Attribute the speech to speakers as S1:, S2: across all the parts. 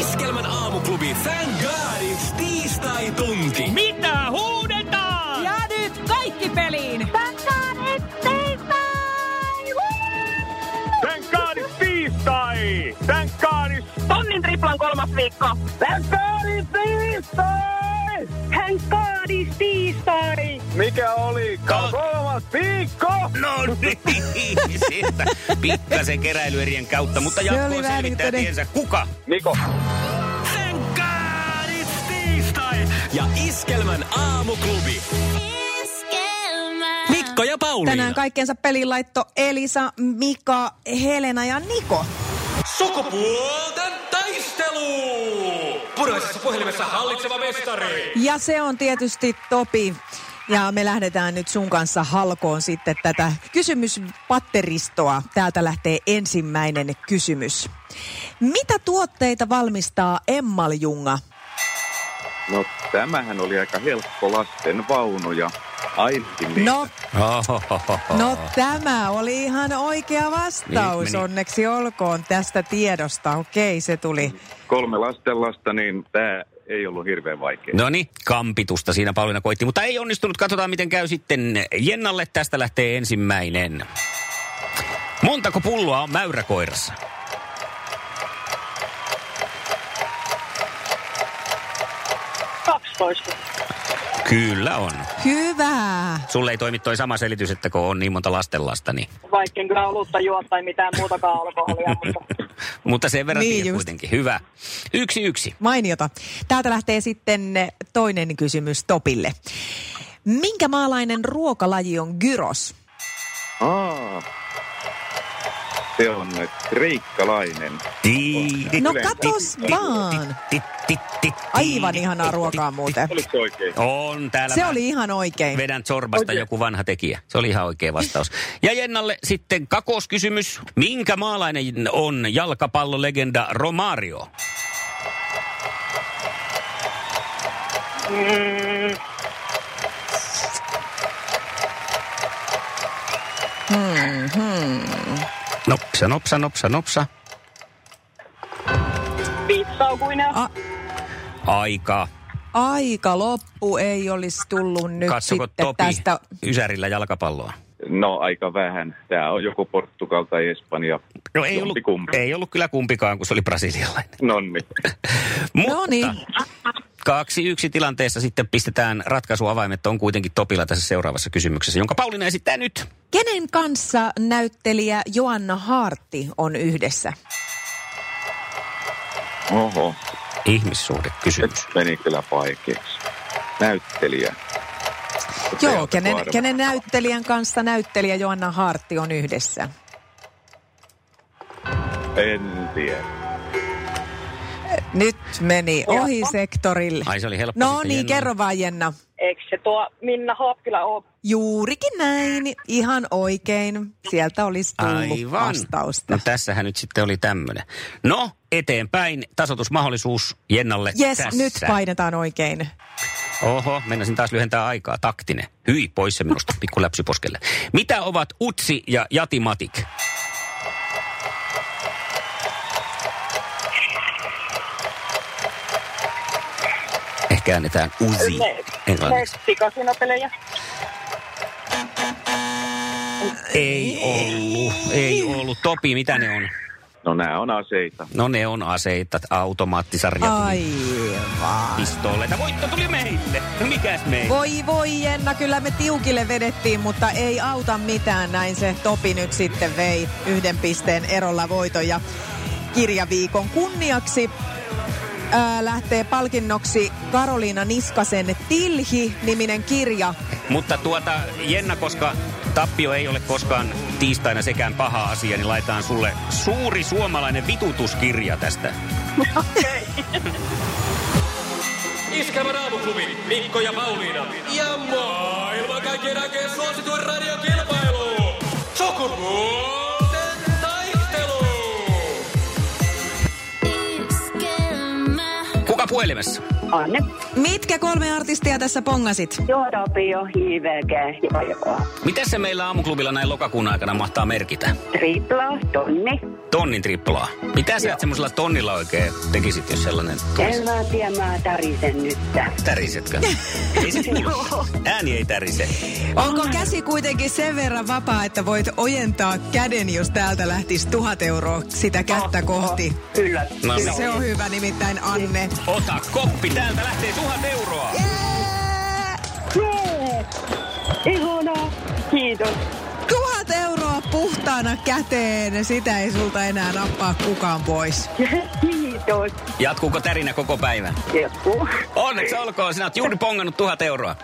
S1: Iskelmän aamuklubi Thank Godits tiistai-tunti.
S2: Mitä huudetaan?
S3: Ja nyt kaikki peliin!
S4: Tän kaadis tiistai! Tän kaadis...
S5: Tonnin triplan kolmas viikko.
S4: Tän kaadis tiistai!
S5: Hän kaadis tiistai.
S4: Mikä oli? Kolmas viikko!
S2: No niin, siitä pikkasen keräilyerien kautta, mutta
S3: Se oli
S2: jatkoon
S3: vähän
S2: selvittää
S3: niin kuin-
S2: tiensä kuka.
S4: Niko.
S1: Thank Godits tiistai. Ja Iskelmän aamuklubi. Mikko ja Pauliina.
S3: Tänään kaikkensa peliin laitto Elisa, Mika, Helena ja Niko.
S1: Sukupuolten taistelu! Puraisessa puhelimessa hallitseva mestari.
S3: Ja se on tietysti Topi. Ja me lähdetään nyt sun kanssa halkoon sitten tätä kysymyspatteristoa. Täältä lähtee ensimmäinen kysymys. Mitä tuotteita valmistaa Emmaljunga?
S6: No tämähän oli aika helppo lasten vaunuja. ja ainakin niin.
S3: No, no tämä oli ihan oikea vastaus.
S2: Niin, meni.
S3: Onneksi olkoon tästä tiedosta. Okei, se tuli.
S6: Kolme lasten lasta, niin tämä ei ollut hirveän vaikea.
S2: No niin, kampitusta siinä Pauliina koitti, mutta ei onnistunut. Katsotaan, miten käy sitten Jennalle. Tästä lähtee ensimmäinen. Montako pulloa on mäyräkoirassa?
S5: Kaksitoista.
S2: Kyllä on.
S3: Hyvä.
S2: Sulle ei toimi toi sama selitys, että kun on niin monta lastenlasta, niin...
S5: Vaikka en kyllä olutta juo tai mitään muutakaan alkoholia, mutta
S2: Mutta sen verran
S3: Niin
S2: niin
S3: just.
S2: kuitenkin. Hyvä. Yksi yksi.
S3: Mainiota. Täältä lähtee sitten toinen kysymys Topille. Minkä maalainen ruokalaji on gyros?
S6: Aa, se on kreikkalainen.
S2: Tii-
S3: No
S6: Kyllä.
S3: katos vaan.
S2: tit- tit- tit-
S3: Aivan
S2: tit-
S3: ihanaa ruokaa muuten.
S6: Oliko se oikein?
S2: On täällä.
S3: Se
S2: mä
S3: oli ihan oikein.
S2: Vedän sorbasta joku vanha tekijä. Se oli ihan oikea vastaus. Ja Jennalle sitten kakoskysymys. Minkä maalainen on jalkapallolegenda Romario?
S3: Mm-hmm.
S2: Nopsa, nopsa, nopsa, nopsa.
S5: pizzaukuinen.
S3: Ah.
S2: Aika.
S3: Aika loppu ei olisi tullut nyt
S2: Katsoko
S3: sitten
S2: Topi
S3: tästä.
S2: Ysärillä jalkapalloa?
S6: No aika vähän. Tämä on joku Portugal tai Espanja.
S2: No ei ollut,
S6: Jompikumpi.
S2: ei ollut kyllä kumpikaan, kun se oli brasilialainen.
S6: Nonni.
S2: Mutta
S3: No niin,
S2: kaksi yksi tilanteessa sitten pistetään ratkaisuavaimet on kuitenkin Topilla tässä seuraavassa kysymyksessä, jonka Pauliina esittää nyt.
S3: kenen kanssa näyttelijä Joanna Hartti on yhdessä?
S6: Oho,
S2: Ihmissuhdekysymys.
S6: nyt meni kyllä vaikeaksi. Näyttelijä.
S3: Joo,
S6: Teota
S3: kenen,
S6: Kuorma.
S3: kenen näyttelijän kanssa näyttelijä Joanna Hartti on yhdessä?
S6: En tiedä.
S3: Nyt meni ohi sektorille.
S2: Ai, se oli helppo
S3: No
S2: sitten
S3: niin,
S2: Jennalle.
S3: kerro vaan Jenna.
S5: Eikö se tuo Minna Haakkila ole?
S3: Juurikin näin, ihan oikein. Sieltä olisi tullut
S2: Aivan.
S3: vastausta.
S2: No tässähän nyt sitten oli tämmöinen. No, eteenpäin. Tasotusmahdollisuus Jennalle
S3: Jes,
S2: tässä.
S3: nyt painetaan oikein.
S2: Oho, mennäisin taas lyhentää aikaa. Taktinen. Hyi, pois se minusta. Pikku läpsy poskelle. Mitä ovat Utsi ja Jatimatik? Ehkä äänetään Uzi
S5: Ne, ne
S2: englanniksi.
S5: sikasinopelejä.
S2: Ei ollut, ei ollut. Topi, mitä ne on?
S6: No nämä on aseita.
S2: No ne on aseita, automaattisarjat,
S3: Aivan.
S2: pistooleita. Voitto tuli meille. No mikäs meille?
S3: Voi voi Jenna, kyllä me tiukille vedettiin, mutta ei auta mitään. Näin se Topi nyt sitten vei yhden pisteen erolla voiton ja kirjaviikon kunniaksi. Ää, lähtee palkinnoksi Karoliina Niskasen Tilhi-niminen kirja.
S2: Mutta tuota, Jenna, koska tappio ei ole koskaan tiistaina sekään paha asia, niin laitaan sulle suuri suomalainen vitutuskirja tästä.
S1: Iskelmän aamuklubi, Mikko ja Pauliina. Ja maailman kaikkien aikeen suosituen radiokilpailu. Sukupuolten taistelu.
S2: Kuka puhelimessa?
S7: Anne.
S3: Mitkä kolme artistia tässä pongasit?
S7: Johdapio, hiivelkää, joka joka.
S2: Miten se meillä aamuklubilla näin lokakuun aikana mahtaa merkitä?
S7: Tripla, tonni.
S2: Tonnin triplaa. Mitä sä et semmoisella tonnilla oikein tekisit, jos sellainen tulisi?
S7: En mä tiedä, mä tarisen nyt.
S2: Tärisetkö? Ei se kuulu. Ääni ei tärise.
S3: Onko käsi kuitenkin sen verran vapaa, että voit ojentaa käden, jos täältä lähtisi tuhat euroa sitä kättä kohti?
S7: Kyllä.
S2: No
S3: Kyllä se on hyvä nimittäin, Anne.
S2: Ota koppi, täältä lähtee tuhat euroa.
S7: Jee! Ihanaa. Kiitos.
S3: Tuhat euroa puhtaana käteen, sitä ei sulta enää nappaa kukaan pois.
S7: Kiitos.
S2: Jatkuuko tärinä koko päivän?
S7: Joku.
S2: Onneksi olkoon, sinä oot juuri pongannut tuhat euroa.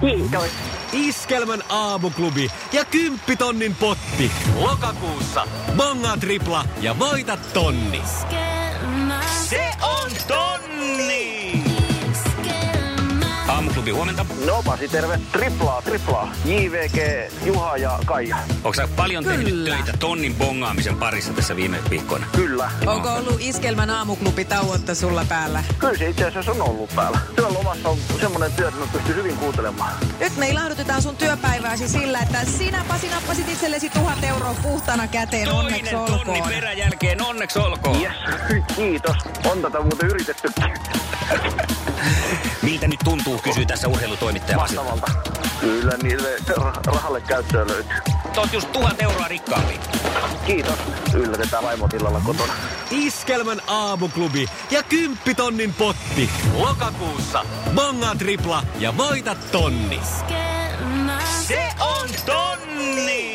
S7: Kiitos.
S1: Iskelmän aamuklubi ja kymppitonnin potti. Lokakuussa bonga tripla ja voita tonni.
S2: Se on tonni! Aamuklubi, huomenta.
S8: No Pasi, terve. Triplaa, triplaa. JVG, Juha ja Kaija.
S2: Onko sä paljon tehnyt
S3: Kyllä.
S2: töitä tonnin bongaamisen parissa tässä viime viikkoina?
S8: Kyllä.
S3: No. Onko ollut iskelmän aamuklubi tauotta sulla päällä?
S8: Kyllä se itse asiassa on ollut päällä. Työlomassa on semmoinen työ, että mä pystyn hyvin kuuntelemaan.
S3: Nyt me ilahdutetaan sun työpäivääsi sillä, että sinä Pasi nappasit itsellesi tuhat euroa puhtaana käteen. Onneksi
S2: No. Toinen tonni
S3: olkoon.
S2: peräjälkeen, onneksi olkoon.
S8: Yes, kiitos. On tätä muuten yritettykin.
S2: Miltä nyt tuntuu, kysyy tässä urheilutoimittaja Pasi.
S8: Mahtavalta. Kyllä niille ra- rahalle käyttöä löytyy.
S2: Oot just tuhat euroa rikkaampi.
S8: Kiitos. Yllätetään vaimot illalla kotona.
S1: Iskelmän aamuklubi ja kymppitonnin potti. Lokakuussa bonga tripla ja voita tonni.
S2: Se on tonni!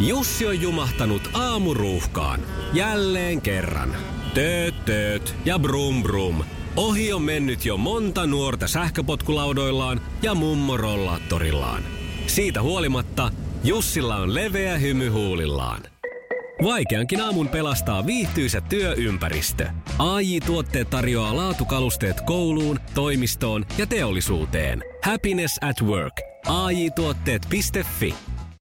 S1: Jussi on jumahtanut aamuruuhkaan. Jälleen kerran. Tööt, tööt ja brum brum. Ohi on mennyt jo monta nuorta sähköpotkulaudoillaan ja mummorollaattorillaan. Siitä huolimatta Jussilla on leveä hymy huulillaan. Vaikeankin aamun pelastaa viihtyisä työympäristö. AJ Tuotteet tarjoaa laatukalusteet kouluun, toimistoon ja teollisuuteen. Happiness at work. AJ Tuotteet.fi